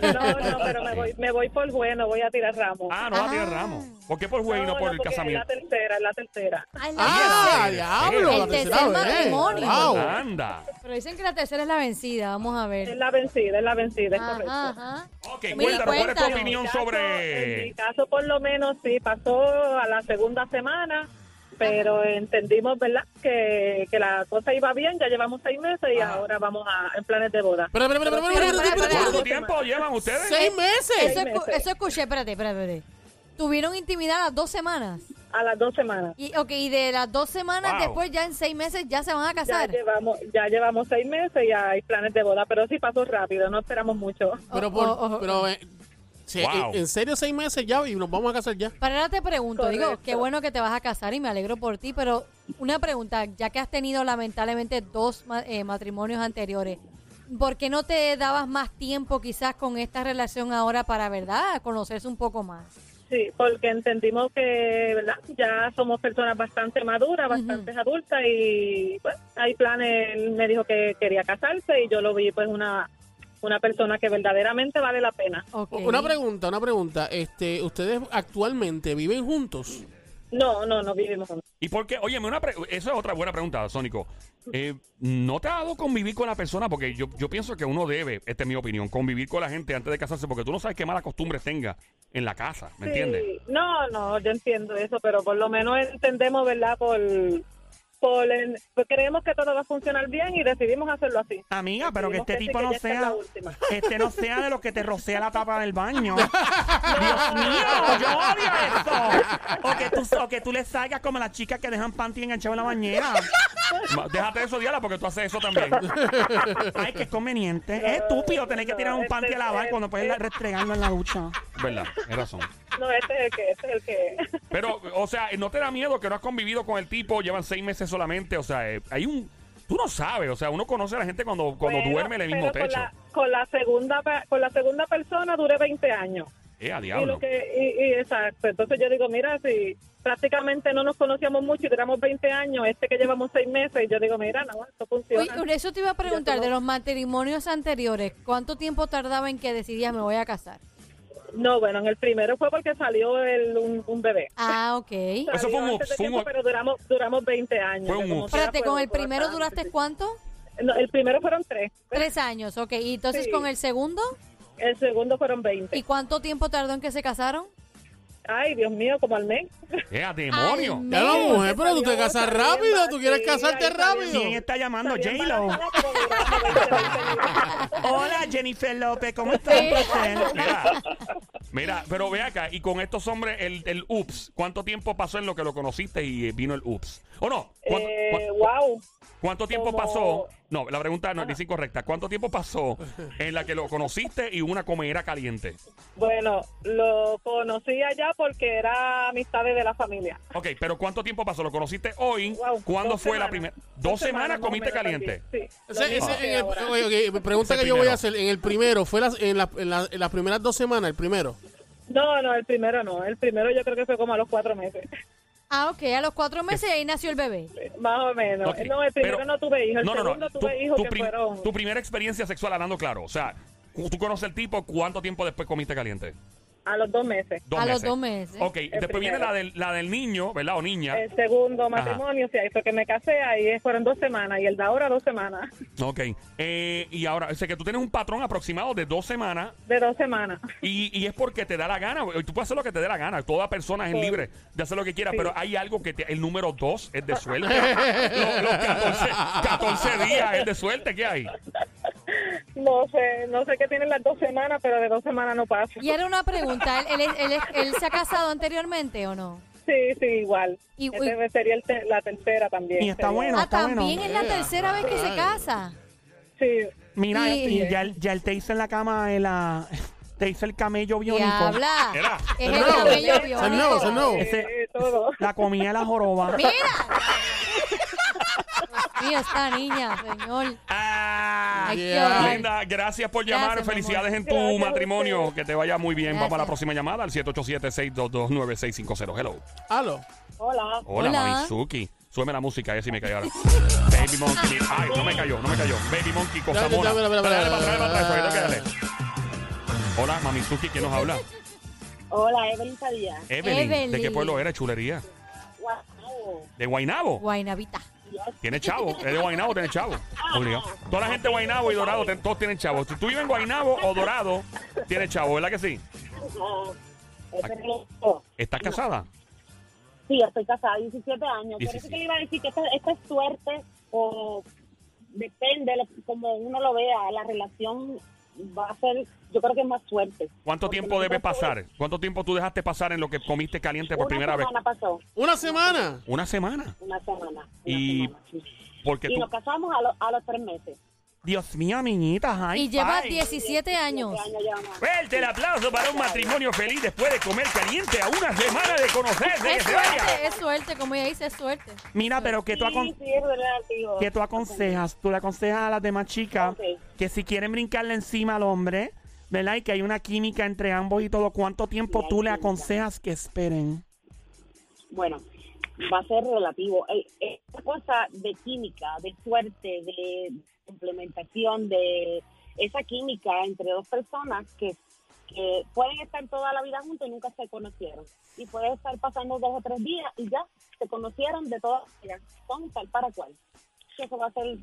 [SPEAKER 6] No, no, pero me voy, me voy por bueno, voy a tirar ramos.
[SPEAKER 1] Ah, no, va a tirar
[SPEAKER 2] Ah.
[SPEAKER 1] Ramos. ¿Por qué por juez y no por el
[SPEAKER 6] porque
[SPEAKER 1] casamiento?
[SPEAKER 6] Es la tercera, es la tercera.
[SPEAKER 2] Ay, la
[SPEAKER 3] ¡Ah!
[SPEAKER 1] el
[SPEAKER 3] ¡Diablo! la
[SPEAKER 2] tercer
[SPEAKER 3] tercera vez.
[SPEAKER 2] matrimonio.
[SPEAKER 3] eh. Wow.
[SPEAKER 1] Anda.
[SPEAKER 2] tercera. Pero dicen que la tercera es la vencida, vamos a
[SPEAKER 6] Es
[SPEAKER 2] ver.
[SPEAKER 6] la vencida, es la vencida, es correcto.
[SPEAKER 2] Ajá, ajá.
[SPEAKER 1] Ok, cuéntanos, ¿cuál es
[SPEAKER 2] Mira,
[SPEAKER 1] tu
[SPEAKER 2] cuéntanos.
[SPEAKER 6] En mi
[SPEAKER 1] opinión
[SPEAKER 6] caso- En
[SPEAKER 1] sobre...?
[SPEAKER 6] mi caso, por lo menos, sí, pasó a la segunda semana, pero entendimos, ¿verdad?, que, que la cosa iba bien, ya llevamos seis meses y ahora vamos a, en planes de boda.
[SPEAKER 3] Espera, espera, espera, espera, espera, espera, espera.
[SPEAKER 1] ¿Cuánto tiempo llevan ustedes?
[SPEAKER 3] ¡Seis
[SPEAKER 2] Eso,
[SPEAKER 3] meses!
[SPEAKER 2] escu- eso escuché, espérate, espérate, espérate. Tuvieron intimidad las dos semanas.
[SPEAKER 6] A las dos semanas.
[SPEAKER 2] Y, ok, y de las dos semanas
[SPEAKER 1] Wow.
[SPEAKER 2] después, ya en seis meses, ya se van a
[SPEAKER 6] Ya
[SPEAKER 2] casar.
[SPEAKER 6] llevamos, ya llevamos seis meses y hay planes de boda, pero sí pasó rápido, no esperamos mucho.
[SPEAKER 3] Pero,
[SPEAKER 2] Oh, oh, oh,
[SPEAKER 3] por,
[SPEAKER 2] oh.
[SPEAKER 3] pero eh, se-
[SPEAKER 1] Wow.
[SPEAKER 3] en, en serio, seis meses ya y nos vamos a casar ya.
[SPEAKER 2] Para ahora te pregunto, digo,
[SPEAKER 6] Correcto.
[SPEAKER 2] qué bueno que te vas a casar y me alegro por ti, pero una pregunta, ya que has tenido lamentablemente dos ma- eh, matrimonios anteriores, ¿por qué no te dabas más tiempo quizás con esta relación ahora para, verdad, conocerse un poco más?
[SPEAKER 6] Sí, porque entendimos que, ¿verdad? Ya somos personas bastante maduras, bastante adultas y pues, hay planes. Él me dijo que quería casarse y yo lo vi pues una una persona que verdaderamente vale la pena.
[SPEAKER 2] Ok.
[SPEAKER 3] Una pregunta, una pregunta. Este, ¿Ustedes actualmente viven juntos?
[SPEAKER 6] No, no, no vivimos juntos.
[SPEAKER 1] ¿Y por qué? Óyeme, una pre- esa es otra buena pregunta, Sónico. Eh, ¿No te ha dado convivir con la persona? Porque yo, yo pienso que uno debe, esta es mi opinión, convivir con la gente antes de casarse, porque tú no sabes qué malas costumbres tenga en la casa, ¿me entiendes?
[SPEAKER 6] Sí, no, no, yo entiendo eso, pero por lo menos entendemos, ¿verdad? Por, por en- pues creemos que todo va a funcionar bien y decidimos hacerlo así.
[SPEAKER 4] Amiga, pero que
[SPEAKER 6] Decidimos
[SPEAKER 4] este
[SPEAKER 6] sí,
[SPEAKER 4] tipo
[SPEAKER 6] que
[SPEAKER 4] no
[SPEAKER 6] ya esta es la
[SPEAKER 4] sea.
[SPEAKER 6] última.
[SPEAKER 4] Este no sea de los que te rocea la tapa del baño. Dios mío, yo odio eso. O que tú, o que tú le salgas como las chicas que dejan panty enganchado en la bañera.
[SPEAKER 1] Ma- Déjate eso, Diala, porque tú haces eso también.
[SPEAKER 4] Ay, qué conveniente. Es estúpido tener que
[SPEAKER 6] Este
[SPEAKER 4] tirar un panty a lavar cuando puedes restregarlo en la ducha.
[SPEAKER 1] ¿Verdad? Es razón.
[SPEAKER 6] No, este es el que, este es el que.
[SPEAKER 1] Pero, o sea, ¿no te da miedo que no has convivido con el tipo? Llevan seis meses solamente. O sea, eh, hay un... Tú no sabes, o sea, uno conoce a la gente cuando, cuando
[SPEAKER 6] Bueno,
[SPEAKER 1] duerme en el mismo
[SPEAKER 6] pero
[SPEAKER 1] techo.
[SPEAKER 6] Con la, con la segunda, pe- con la segunda persona duré 20 años.
[SPEAKER 1] Eh, a
[SPEAKER 6] Y
[SPEAKER 1] diablo.
[SPEAKER 6] lo que, y, y exacto. Entonces yo digo, mira, si prácticamente no nos conocíamos mucho y duramos 20 años, este que llevamos seis meses, yo digo, mira, no, esto
[SPEAKER 2] Uy,
[SPEAKER 6] funciona.
[SPEAKER 2] eso te iba a preguntar, de los matrimonios anteriores, ¿cuánto tiempo tardaba en que decidías me voy a casar?
[SPEAKER 6] No, bueno, en el primero fue porque salió el, un, un bebé.
[SPEAKER 2] Ah, ok.
[SPEAKER 1] Eso fue un
[SPEAKER 6] Salió antes de
[SPEAKER 1] ups, fue un
[SPEAKER 6] tiempo,
[SPEAKER 1] ups.
[SPEAKER 6] pero duramos, duramos 20 años.
[SPEAKER 1] Fue un
[SPEAKER 6] que como
[SPEAKER 1] ups.
[SPEAKER 6] quiera
[SPEAKER 2] Espérate,
[SPEAKER 6] fue-
[SPEAKER 2] ¿con el
[SPEAKER 6] fue
[SPEAKER 2] primero
[SPEAKER 6] bastante,
[SPEAKER 2] duraste
[SPEAKER 6] sí.
[SPEAKER 2] cuánto?
[SPEAKER 6] No, el primero fueron tres.
[SPEAKER 2] Tres años, ok. ¿Y entonces
[SPEAKER 6] Sí.
[SPEAKER 2] con el segundo?
[SPEAKER 6] El segundo fueron 20.
[SPEAKER 2] ¿Y cuánto tiempo tardó en que se casaron?
[SPEAKER 6] Ay, Dios mío, como al mes.
[SPEAKER 1] Eh, a demonio.
[SPEAKER 2] Al
[SPEAKER 3] Ya la
[SPEAKER 2] mes.
[SPEAKER 3] mujer, pero tú te
[SPEAKER 6] salió,
[SPEAKER 3] casas
[SPEAKER 6] salió
[SPEAKER 3] rápido. ¿Tú
[SPEAKER 6] embarazada,
[SPEAKER 3] quieres
[SPEAKER 6] sí,
[SPEAKER 3] casarte
[SPEAKER 6] ahí salió.
[SPEAKER 4] ¿Quién
[SPEAKER 3] rápido?
[SPEAKER 4] está llamando?
[SPEAKER 6] Salió
[SPEAKER 4] J-Lo.
[SPEAKER 6] embarazada, pero duramos 20, 20 minutos.
[SPEAKER 4] Hola, Jennifer López, ¿cómo estás?
[SPEAKER 2] Sí.
[SPEAKER 4] placer?
[SPEAKER 1] Mira, mira, pero ve acá, y con estos hombres, el, el ups, ¿cuánto tiempo pasó en lo que lo conociste y eh, vino el ups? ¿O no? ¿Cuánto,
[SPEAKER 6] Eh,
[SPEAKER 1] cua-
[SPEAKER 6] wow.
[SPEAKER 1] cuánto tiempo
[SPEAKER 6] como-
[SPEAKER 1] pasó? No, la pregunta no es incorrecta. ¿Cuánto tiempo pasó en la que lo conociste y una comedera caliente?
[SPEAKER 6] Bueno, lo conocí allá porque era amistades de la familia.
[SPEAKER 1] Ok, pero ¿cuánto tiempo pasó? ¿Lo conociste hoy?
[SPEAKER 6] Wow,
[SPEAKER 1] ¿Cuándo
[SPEAKER 6] dos
[SPEAKER 1] fue la
[SPEAKER 6] semanas.
[SPEAKER 1] primera? Dos semanas
[SPEAKER 6] más o
[SPEAKER 1] comiste
[SPEAKER 6] menos
[SPEAKER 1] caliente.
[SPEAKER 6] también, Sí.
[SPEAKER 3] Ese-
[SPEAKER 6] lo mismo
[SPEAKER 3] ese-
[SPEAKER 6] que
[SPEAKER 3] en el-
[SPEAKER 6] ahora.
[SPEAKER 3] oye, ok, pregunta
[SPEAKER 1] Ese
[SPEAKER 3] que yo voy
[SPEAKER 1] primero.
[SPEAKER 3] a hacer. En el primero, ¿fue las- en, la- en la- en las primeras dos semanas, el primero?
[SPEAKER 6] No, no, el primero no. El primero yo creo que fue como a los cuatro meses.
[SPEAKER 2] Ah, ok. A los cuatro meses ahí nació el bebé.
[SPEAKER 6] Más o menos.
[SPEAKER 1] Ok,
[SPEAKER 6] No, el primero
[SPEAKER 1] pero-
[SPEAKER 6] no tuve hijos. El
[SPEAKER 1] no, no,
[SPEAKER 6] segundo
[SPEAKER 1] no. Tu,
[SPEAKER 6] tuve hijos
[SPEAKER 1] tu
[SPEAKER 6] que
[SPEAKER 1] prim-
[SPEAKER 6] fueron.
[SPEAKER 1] tu primera experiencia sexual, hablando claro. O sea, tú conoces al tipo, ¿cuánto tiempo después comiste caliente?
[SPEAKER 6] A los dos meses.
[SPEAKER 1] Dos
[SPEAKER 2] A los dos meses.
[SPEAKER 1] Ok, después viene
[SPEAKER 6] primero. Eh.
[SPEAKER 1] la del, la del niño, ¿verdad? O niña.
[SPEAKER 6] El segundo matrimonio, sí, ahí fue que me casé, ahí fueron dos semanas. Y el de ahora, dos semanas.
[SPEAKER 1] Ok. Eh, y ahora, sé que tú tienes un patrón aproximado de dos semanas
[SPEAKER 6] De dos semanas.
[SPEAKER 1] y, y es porque te da la gana. güey. Tú puedes hacer lo que te dé la gana. Toda persona es libre de hacer lo que quiera, pero hay algo que te- el número dos es de suerte. los los 14, 14 días es de suerte. ¿Qué hay?
[SPEAKER 6] No sé, no sé qué tienen las dos semanas, pero de dos semanas no pasa.
[SPEAKER 2] Y era una pregunta, ¿él, él, es- él es- él se ha casado anteriormente o no?
[SPEAKER 6] Sí, sí, igual.
[SPEAKER 2] Y-
[SPEAKER 6] Este sería el te- la tercera también.
[SPEAKER 4] Y está
[SPEAKER 6] sería-
[SPEAKER 4] bueno.
[SPEAKER 2] ah,
[SPEAKER 4] está
[SPEAKER 2] también
[SPEAKER 4] bueno.
[SPEAKER 2] es la tercera vez que se
[SPEAKER 3] Ay.
[SPEAKER 2] casa.
[SPEAKER 6] Sí,
[SPEAKER 4] Mira,
[SPEAKER 2] Y-
[SPEAKER 4] y ya, el- ya él te hizo en la cama, en la- te hizo el camello
[SPEAKER 2] Y
[SPEAKER 4] biónico.
[SPEAKER 2] habla.
[SPEAKER 1] Era.
[SPEAKER 2] Es
[SPEAKER 3] Es
[SPEAKER 2] el
[SPEAKER 3] nuevo.
[SPEAKER 2] camello
[SPEAKER 3] Es nuevo,
[SPEAKER 2] biónico.
[SPEAKER 3] es nuevo.
[SPEAKER 4] Ese-
[SPEAKER 6] todo.
[SPEAKER 4] La comida de la joroba.
[SPEAKER 2] Mira. Mira esta niña, señor.
[SPEAKER 1] Ah,
[SPEAKER 2] Ay,
[SPEAKER 3] yeah.
[SPEAKER 2] qué horror.
[SPEAKER 1] Linda, gracias por llamar.
[SPEAKER 2] Gracias, mi
[SPEAKER 1] Felicidades en tu
[SPEAKER 6] Gracias a
[SPEAKER 1] matrimonio.
[SPEAKER 6] ustedes.
[SPEAKER 1] Que te vaya muy bien. Vamos a la
[SPEAKER 2] Gracias.
[SPEAKER 1] próxima llamada al 787-622-9650. Hello.
[SPEAKER 3] Aló.
[SPEAKER 6] Hola.
[SPEAKER 1] Hola,
[SPEAKER 2] Hola.
[SPEAKER 1] Mamizuki. Súbeme la música, eh, si me cayó ahora. Baby Monkey. Ay, no me cayó, no me cayó. Baby Monkey, cosa
[SPEAKER 3] Dale,
[SPEAKER 1] mona.
[SPEAKER 3] dale, dale, dale,
[SPEAKER 1] Dale, para atrás,
[SPEAKER 3] dale,
[SPEAKER 1] para atrás,
[SPEAKER 3] dale,
[SPEAKER 1] dale. Hola, Mamizuki, ¿quién nos habla?
[SPEAKER 6] Hola, Evelyn Díaz.
[SPEAKER 1] Evelyn. ¿De qué
[SPEAKER 2] Evelyn.
[SPEAKER 1] pueblo era, chulería?
[SPEAKER 6] Wow.
[SPEAKER 1] ¿De Guainabo?
[SPEAKER 2] Guainavita.
[SPEAKER 1] Tiene chavo. ¿Es de Guainabo? Tiene chavo. Obligado. Toda la gente de Guainabo y Dorado, ten- todos tienen chavo. Si tú vives en Guainabo o Dorado, tienes chavo, ¿verdad que sí?
[SPEAKER 7] Ah,
[SPEAKER 1] ¿Estás casada?
[SPEAKER 7] Sí, yo estoy casada, 17 años. Por eso
[SPEAKER 1] 17.
[SPEAKER 7] que le iba a decir que esta, esta es suerte o depende, lo- como uno lo vea, la relación va a ser, yo creo que es más suerte.
[SPEAKER 1] ¿Cuánto tiempo debe pasar? ¿Cuánto tiempo tú dejaste pasar en lo que comiste caliente por primera vez?
[SPEAKER 7] Una semana pasó,
[SPEAKER 3] Una semana.
[SPEAKER 1] Una semana.
[SPEAKER 7] una semana. una
[SPEAKER 1] Y
[SPEAKER 7] semana, sí.
[SPEAKER 1] porque
[SPEAKER 7] y
[SPEAKER 1] tú...
[SPEAKER 7] nos casamos a, lo- a los tres meses.
[SPEAKER 4] Dios mío, niñita, ay.
[SPEAKER 2] Y lleva
[SPEAKER 4] pai.
[SPEAKER 2] 17 años.
[SPEAKER 7] Este año ya más.
[SPEAKER 1] Fuerte el aplauso para un matrimonio feliz después de comer caliente a una semana de conocerse. que
[SPEAKER 2] Es
[SPEAKER 1] se vaya.
[SPEAKER 2] suerte, es suerte, como ella dice, es suerte.
[SPEAKER 4] Mira, pero que tú, acon-
[SPEAKER 7] Sí, sí, es verdad, tío.
[SPEAKER 4] que tú aconsejas, tú le aconsejas a las demás chicas
[SPEAKER 7] Ok.
[SPEAKER 4] que si quieren brincarle encima al hombre, ¿verdad? Y que hay una química entre ambos y todo, ¿cuánto tiempo
[SPEAKER 7] hay
[SPEAKER 4] tú le
[SPEAKER 7] química.
[SPEAKER 4] aconsejas que esperen?
[SPEAKER 7] Bueno, va a ser relativo. Eh, eh, Es cosa de química, de suerte, de implementación, de esa química entre dos personas que, que pueden estar toda la vida juntos y nunca se conocieron. Y pueden estar pasando dos o tres días y ya se conocieron de todas maneras. Son tal para cual. Eso va a ser,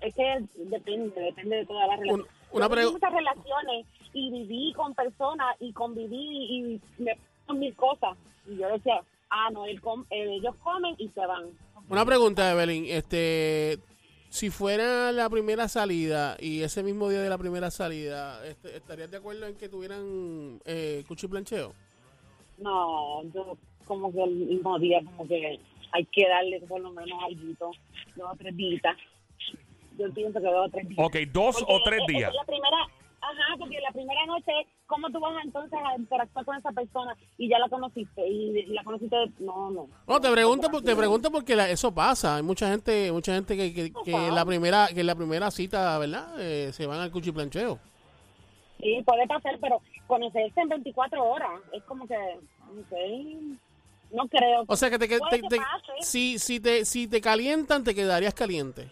[SPEAKER 7] es que depende, depende de toda la relación.
[SPEAKER 3] Un- una
[SPEAKER 7] Yo viví
[SPEAKER 3] pregu-
[SPEAKER 7] muchas relaciones y viví con personas y conviví y me pasaron mil cosas. Y yo decía, ah, no, él com- eh, ellos comen y se van.
[SPEAKER 3] Una pregunta, Evelyn. Este, si fuera la primera salida y ese mismo día de la primera salida, este, ¿estarías de acuerdo en que tuvieran eh, cuchiplancheo?
[SPEAKER 7] No, yo como que el mismo día, como que hay que darle por lo menos algo, dos o tres días. Yo pienso que dos o tres días.
[SPEAKER 1] Ok, dos o
[SPEAKER 7] Porque
[SPEAKER 1] tres
[SPEAKER 7] es- es
[SPEAKER 1] días.
[SPEAKER 7] La primera, ajá, porque la primera noche, ¿cómo tú vas a, entonces a interactuar con esa persona y ya la conociste? Y, y la conociste, no, no.
[SPEAKER 3] No, te pregunto, por- te
[SPEAKER 7] pregunto.
[SPEAKER 3] pregunto porque la- eso pasa. Hay mucha gente, mucha gente que, que, que en la primera, que en la primera cita, ¿verdad? Eh, se van al cuchiplancheo.
[SPEAKER 7] Sí, puede pasar, pero conocerse en 24 horas es como que, ok, no creo.
[SPEAKER 3] O sea que te, que-
[SPEAKER 7] Puede
[SPEAKER 3] te-
[SPEAKER 7] que
[SPEAKER 3] te-
[SPEAKER 7] pase.
[SPEAKER 3] si, si te, si te calientan, te quedarías caliente.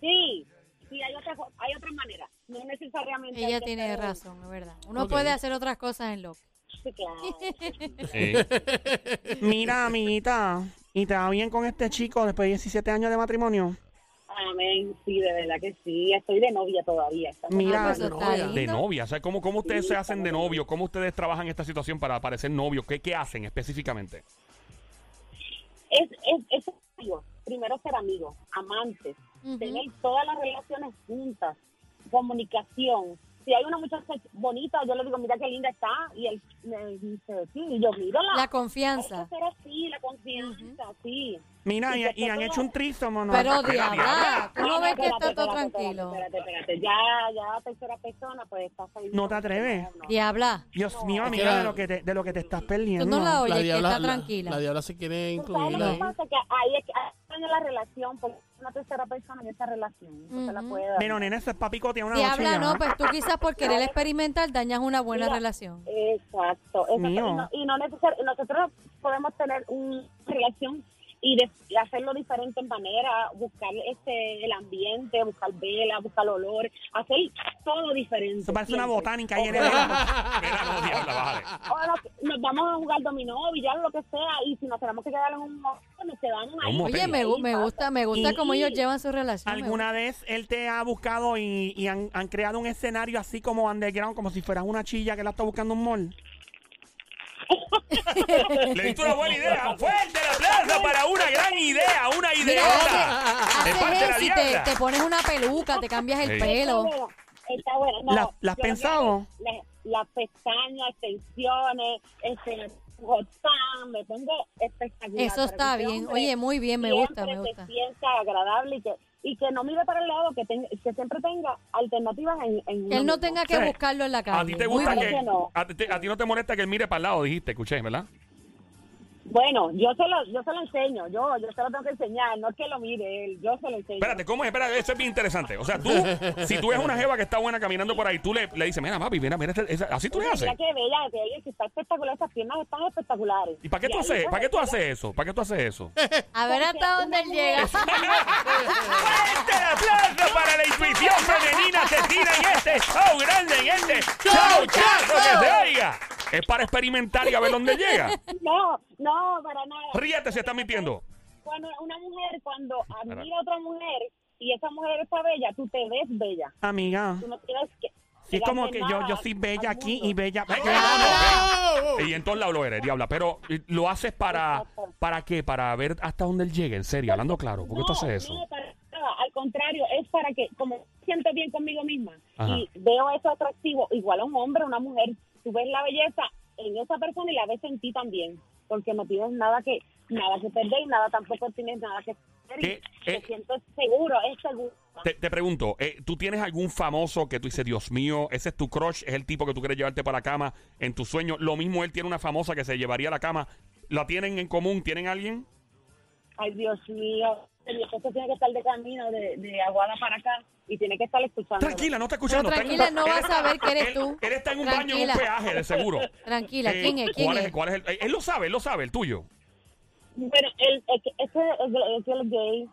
[SPEAKER 7] Sí, sí, hay otra, co- hay otra manera. No necesariamente. hay
[SPEAKER 2] Ella
[SPEAKER 7] que
[SPEAKER 2] tiene
[SPEAKER 7] ser-
[SPEAKER 2] razón, es verdad. Uno
[SPEAKER 3] Ok.
[SPEAKER 2] puede hacer otras cosas en lo
[SPEAKER 7] Sí, claro.
[SPEAKER 4] Mira, amiguita, ¿y te va bien con este chico después de 17 años de matrimonio?
[SPEAKER 7] Amén, sí, de verdad que sí. Estoy de novia todavía. estamos-
[SPEAKER 4] Mira,
[SPEAKER 2] pues, eso está
[SPEAKER 3] novia.
[SPEAKER 1] De
[SPEAKER 2] lindo.
[SPEAKER 1] novia, o sea, ¿cómo, cómo ustedes
[SPEAKER 7] Sí,
[SPEAKER 1] se hacen de
[SPEAKER 7] estamos-
[SPEAKER 1] novio? ¿Cómo ustedes trabajan esta situación para parecer novios? ¿Qué, ¿Qué hacen específicamente?
[SPEAKER 7] Es, es, es amigo. Primero ser amigos, amantes,
[SPEAKER 2] Ujú.
[SPEAKER 7] tener todas las relaciones juntas, comunicación. Si hay una muchacha bonita, yo le digo, mira qué linda está. Y él me dice, sí, y yo miro
[SPEAKER 2] La
[SPEAKER 7] Hay
[SPEAKER 2] confianza.
[SPEAKER 7] que ser así, la confianza, sí.
[SPEAKER 4] Mira, y,
[SPEAKER 7] Y que
[SPEAKER 4] y han
[SPEAKER 7] todo-
[SPEAKER 4] hecho un trístomo, ¿no?
[SPEAKER 2] Pero diabla, tú no
[SPEAKER 7] Ay,
[SPEAKER 2] ves que
[SPEAKER 7] Ah, espérate,
[SPEAKER 2] está todo
[SPEAKER 7] espérate,
[SPEAKER 2] tranquilo.
[SPEAKER 7] Espérate, espérate, espérate. Ya, ya, tercera persona, pues estás ahí.
[SPEAKER 4] No te atreves.
[SPEAKER 7] No, no.
[SPEAKER 2] Diabla,
[SPEAKER 4] Dios mío,
[SPEAKER 3] Es que
[SPEAKER 4] amiga,
[SPEAKER 3] la-
[SPEAKER 4] de lo que te, de lo que te estás
[SPEAKER 2] tú
[SPEAKER 4] perdiendo.
[SPEAKER 2] no la
[SPEAKER 3] la
[SPEAKER 2] oyes, que
[SPEAKER 3] diabla,
[SPEAKER 2] está
[SPEAKER 3] la- La,
[SPEAKER 2] tranquila.
[SPEAKER 3] diabla se quiere
[SPEAKER 7] Tú ¿Sabes
[SPEAKER 3] incluir
[SPEAKER 7] lo que
[SPEAKER 3] ahí.
[SPEAKER 7] pasa? Que ahí es que ahí daña la relación, porque una tercera persona en esa relación. No se la
[SPEAKER 2] Ujú.
[SPEAKER 7] puede dar.
[SPEAKER 4] Pero nena, eso es papicote una noche
[SPEAKER 2] Diabla,
[SPEAKER 4] ya.
[SPEAKER 2] no, pues tú quizás por querer experimentar dañas una buena
[SPEAKER 7] Mira,
[SPEAKER 2] relación.
[SPEAKER 7] Exacto. exacto. Y
[SPEAKER 4] mío.
[SPEAKER 7] no, y no necesar- nosotros podemos tener una relación y, de- y hacerlo diferente en manera, buscar este el ambiente, buscar vela, buscar olor, hacer todo diferente.
[SPEAKER 4] Eso parece una
[SPEAKER 7] siempre.
[SPEAKER 4] botánica ahí en el
[SPEAKER 1] Mira, no, diabla, bájale.
[SPEAKER 7] O nos- nos vamos a jugar dominó, billar, lo que sea, y si nos tenemos que quedar en un motel, nos quedamos ahí.
[SPEAKER 1] Un motel.
[SPEAKER 2] Oye, me, gu- me gusta, me gusta
[SPEAKER 7] Sí.
[SPEAKER 2] cómo ellos llevan su relación. me
[SPEAKER 4] ¿Alguna vez él te ha buscado y, y han, han creado un escenario así como underground, como si fueras una chilla que la está buscando un mall?
[SPEAKER 1] Le diste una buena idea. Fuerte el aplauso para una gran idea, una
[SPEAKER 2] Mira,
[SPEAKER 1] ideota.
[SPEAKER 2] haces,
[SPEAKER 1] De parte de la
[SPEAKER 2] haces eso y te,
[SPEAKER 1] diabla.
[SPEAKER 2] te pones una peluca, te cambias el
[SPEAKER 1] Sí.
[SPEAKER 2] pelo.
[SPEAKER 7] Está bueno, está bueno. No,
[SPEAKER 4] ¿La- las
[SPEAKER 7] yo-
[SPEAKER 4] pensado?
[SPEAKER 7] yo- Las las pestañas, extensiones, este, gotán, me pongo espectacular.
[SPEAKER 2] Eso está
[SPEAKER 7] para que ese
[SPEAKER 2] bien.
[SPEAKER 7] hombre
[SPEAKER 2] Oye, muy bien, me
[SPEAKER 7] siempre
[SPEAKER 2] gusta, me gusta.
[SPEAKER 7] Se sienta agradable y que, y que no mire para el lado, que, ten- que siempre tenga alternativas en, en
[SPEAKER 2] Que él
[SPEAKER 7] uno
[SPEAKER 2] no
[SPEAKER 7] mismo.
[SPEAKER 2] tenga que
[SPEAKER 1] Sí.
[SPEAKER 2] buscarlo en la calle.
[SPEAKER 1] A ti te
[SPEAKER 2] Muy
[SPEAKER 1] gusta
[SPEAKER 2] bien.
[SPEAKER 7] bien.
[SPEAKER 1] que.
[SPEAKER 7] No.
[SPEAKER 1] A, ti- a ti no te molesta que él mire para el lado, dijiste, escuché, ¿verdad?
[SPEAKER 7] Bueno, yo se lo, yo se lo enseño, yo, yo se lo tengo que enseñar, no es que lo mire él, yo se lo enseño.
[SPEAKER 1] Espérate, ¿cómo es? Espérate, eso es bien interesante. O sea, tú, si tú ves una jeva que está buena caminando por ahí, tú le, le dices, mira, papi, mira, mira, esa- esa- así tú le
[SPEAKER 7] Oye,
[SPEAKER 1] haces.
[SPEAKER 7] Mira qué bella, que ella que está espectacular, esas piernas están espectaculares.
[SPEAKER 1] ¿Y para qué tú
[SPEAKER 7] ahí,
[SPEAKER 1] haces?
[SPEAKER 7] pues,
[SPEAKER 1] ¿Para qué tú haces eso? ¿Para qué tú haces eso?
[SPEAKER 2] A ver hasta dónde él llega.
[SPEAKER 1] ¡Fuerte el aplauso para la intuición femenina que tira en este show grande, en este show chato que se oiga! Es para experimentar y a ver dónde llega.
[SPEAKER 7] No, no, para nada.
[SPEAKER 1] Ríete si está mintiendo.
[SPEAKER 7] Cuando una mujer, cuando admira a otra mujer y esa mujer está bella, tú te ves bella.
[SPEAKER 4] Amiga,
[SPEAKER 7] Tú no tienes que.
[SPEAKER 4] si es como que yo,
[SPEAKER 7] nada
[SPEAKER 4] yo soy bella
[SPEAKER 7] al
[SPEAKER 4] aquí
[SPEAKER 7] mundo.
[SPEAKER 4] y bella...
[SPEAKER 1] Ay, no, no,
[SPEAKER 3] ¡Ah,
[SPEAKER 1] Y en todos lados lo eres, diabla. Pero eh, lo haces para. ¿Para qué? Para ver hasta dónde él llegue, en serio, hablando claro. ¿Por qué tú
[SPEAKER 7] No,
[SPEAKER 1] haces eso?
[SPEAKER 7] no, para nada. Al contrario, es para que, como me siento bien conmigo misma
[SPEAKER 1] Ajá.
[SPEAKER 7] y veo eso atractivo, igual a un hombre, a una mujer, tú ves la belleza en esa persona y la ves en ti también. porque no tienes nada que nada que perder y nada tampoco tienes nada que perder.
[SPEAKER 1] ¿Qué?
[SPEAKER 7] y Te
[SPEAKER 1] Eh.
[SPEAKER 7] sientes seguro, es seguro.
[SPEAKER 1] Te, te pregunto, eh, ¿tú tienes algún famoso que tú dices, Dios mío, ese es tu crush, es el tipo que tú quieres llevarte para la cama en tu sueño? Lo mismo él tiene una famosa que se llevaría a la cama. ¿La tienen en común? ¿Tienen alguien?
[SPEAKER 7] Ay, Dios mío, mi esposo tiene que estar de camino de, de Aguada para acá y tiene que estar escuchando.
[SPEAKER 1] Tranquila, no está escuchando.
[SPEAKER 2] Pero
[SPEAKER 1] está en un ba-
[SPEAKER 2] tranquila, no va a
[SPEAKER 1] él-
[SPEAKER 2] saber que eres
[SPEAKER 1] él-
[SPEAKER 2] tú.
[SPEAKER 1] Él está en un baño en un
[SPEAKER 2] Tranquila.
[SPEAKER 1] peaje, de seguro.
[SPEAKER 2] Tranquila,
[SPEAKER 1] Eh,
[SPEAKER 2] ¿quién es? ¿Quién
[SPEAKER 1] ¿cuál
[SPEAKER 2] es?
[SPEAKER 1] ¿Cuál es el- eh, él lo sabe, él lo sabe, el tuyo.
[SPEAKER 7] Bueno, el, el, que- ese- el, el que es gay.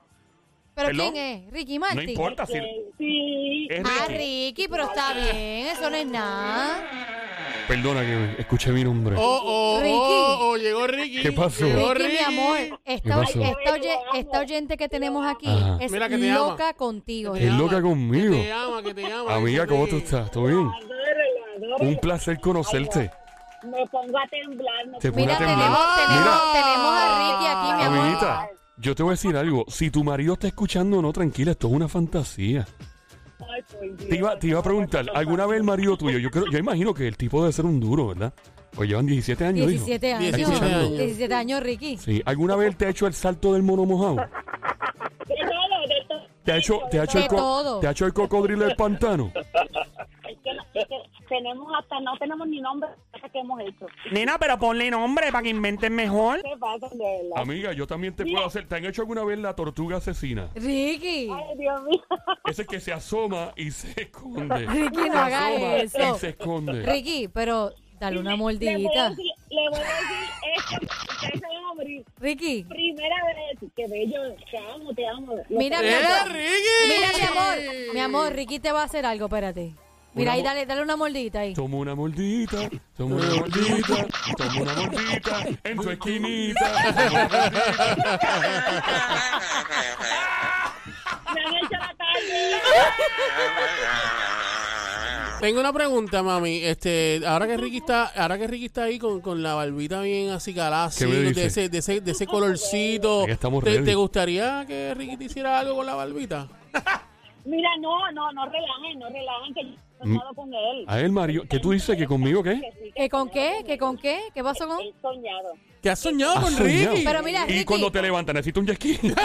[SPEAKER 2] ¿Pero
[SPEAKER 1] Hello.
[SPEAKER 2] quién es? Ricky Martin.
[SPEAKER 1] No importa si...
[SPEAKER 7] que- sí.
[SPEAKER 1] es
[SPEAKER 2] Ah,
[SPEAKER 1] Ricky.
[SPEAKER 2] Ricky, pero está bien, eso no es nada.
[SPEAKER 1] Perdona que escuché mi nombre.
[SPEAKER 3] Oh, oh,
[SPEAKER 2] Ricky.
[SPEAKER 3] oh, oh, llegó Ricky.
[SPEAKER 1] ¿Qué pasó?
[SPEAKER 3] Llegó
[SPEAKER 2] Ricky, mi amor, esta,
[SPEAKER 1] pasó?
[SPEAKER 2] esta oye- esta oyente que tenemos aquí
[SPEAKER 1] Ajá. Eh,
[SPEAKER 2] es
[SPEAKER 3] Mira que te ama.
[SPEAKER 2] loca contigo.
[SPEAKER 3] Te ama,
[SPEAKER 1] loca conmigo.
[SPEAKER 3] Que te ama, que te ama.
[SPEAKER 1] Amiga,
[SPEAKER 3] Dice
[SPEAKER 1] ¿cómo
[SPEAKER 3] que-
[SPEAKER 1] tú estás? ¿Todo bien? Un placer conocerte.
[SPEAKER 7] Me pongo a temblar. Me
[SPEAKER 1] Te pone
[SPEAKER 7] pongo
[SPEAKER 2] Mira,
[SPEAKER 1] a
[SPEAKER 2] tenemos,
[SPEAKER 1] temblar.
[SPEAKER 2] tenemos,
[SPEAKER 3] Mira.
[SPEAKER 2] tenemos a Ricky aquí, mi amor.
[SPEAKER 1] Amiguita, yo te voy a decir algo. Si tu marido está escuchando o no, tranquila, esto es una fantasía.
[SPEAKER 7] Ay, por Dios.
[SPEAKER 1] Te iba, te iba a preguntar, ¿alguna vez el marido tuyo? Yo creo, yo imagino que el tipo debe ser un duro, ¿verdad? Pues llevan 17 años, dijo.
[SPEAKER 2] 17 años.
[SPEAKER 1] 17
[SPEAKER 3] años.
[SPEAKER 2] 17 años, Ricky.
[SPEAKER 1] Sí. ¿Alguna vez él te ha hecho el salto del mono mojado?
[SPEAKER 7] De todo, de todo.
[SPEAKER 1] ¿Te ha hecho, te ha hecho, el,
[SPEAKER 2] De
[SPEAKER 1] co-
[SPEAKER 2] todo.
[SPEAKER 1] ¿te ha hecho el cocodrilo del pantano?
[SPEAKER 7] Es que, no- es que tenemos hasta, no tenemos ni nombre de cosas que hemos hecho.
[SPEAKER 4] Nena, pero ponle nombre para que inventen mejor.
[SPEAKER 7] ¿Qué pasa, de verdad?
[SPEAKER 1] Amiga, yo también te puedo hacer. ¿Te han hecho alguna vez la tortuga asesina?
[SPEAKER 2] Ricky.
[SPEAKER 7] Ay, Dios mío.
[SPEAKER 1] Ese que se asoma y se esconde.
[SPEAKER 2] Ricky, no haga eso.
[SPEAKER 1] Y se esconde.
[SPEAKER 2] Ricky, pero dale una
[SPEAKER 7] Le voy a
[SPEAKER 2] mordidita.
[SPEAKER 7] decir, le voy a decir esto. Ustedes se van a morir.
[SPEAKER 2] Ricky,
[SPEAKER 7] Primera vez que bello. Te amo, te amo. Lo
[SPEAKER 2] mira, mi
[SPEAKER 3] ¡Eh,
[SPEAKER 2] amor.
[SPEAKER 3] Ricky!
[SPEAKER 2] Mira, mi amor. Mi amor, Ricky te va a hacer algo, espérate. Mira, ahí dale, dale una mordidita ahí.
[SPEAKER 1] Toma una mordita, toma una mordita, toma una mordita en tu esquinita. toma una mordita.
[SPEAKER 7] Me han hecho la tarde.
[SPEAKER 3] Tengo una pregunta, mami. Este, ahora que Ricky está, ahora que Ricky está ahí con, con la barbita bien así calada, así,
[SPEAKER 1] me
[SPEAKER 3] de
[SPEAKER 1] dice?
[SPEAKER 3] ese, de ese, de ese colorcito.
[SPEAKER 1] Ahí estamos
[SPEAKER 3] ¿Te,
[SPEAKER 1] ready.
[SPEAKER 3] te gustaría que Ricky te hiciera algo con la barbita?
[SPEAKER 7] Mira, no, no, no relajen, no relajen que yo he soñado con él.
[SPEAKER 1] Mm. A él, Mario, ¿qué tú dices? ¿Que conmigo qué?
[SPEAKER 7] sí,
[SPEAKER 2] ¿Qué con qué?
[SPEAKER 7] soñado
[SPEAKER 2] ¿Qué con qué? ¿Qué pasó con?
[SPEAKER 7] He soñado.
[SPEAKER 3] ¿Te has soñado
[SPEAKER 1] ¿Has
[SPEAKER 3] con
[SPEAKER 1] soñado?
[SPEAKER 3] Ricky?
[SPEAKER 2] Pero mira,
[SPEAKER 1] Y
[SPEAKER 2] Ricky.
[SPEAKER 1] cuando te levantas, necesito un jet ski.
[SPEAKER 2] Ricky.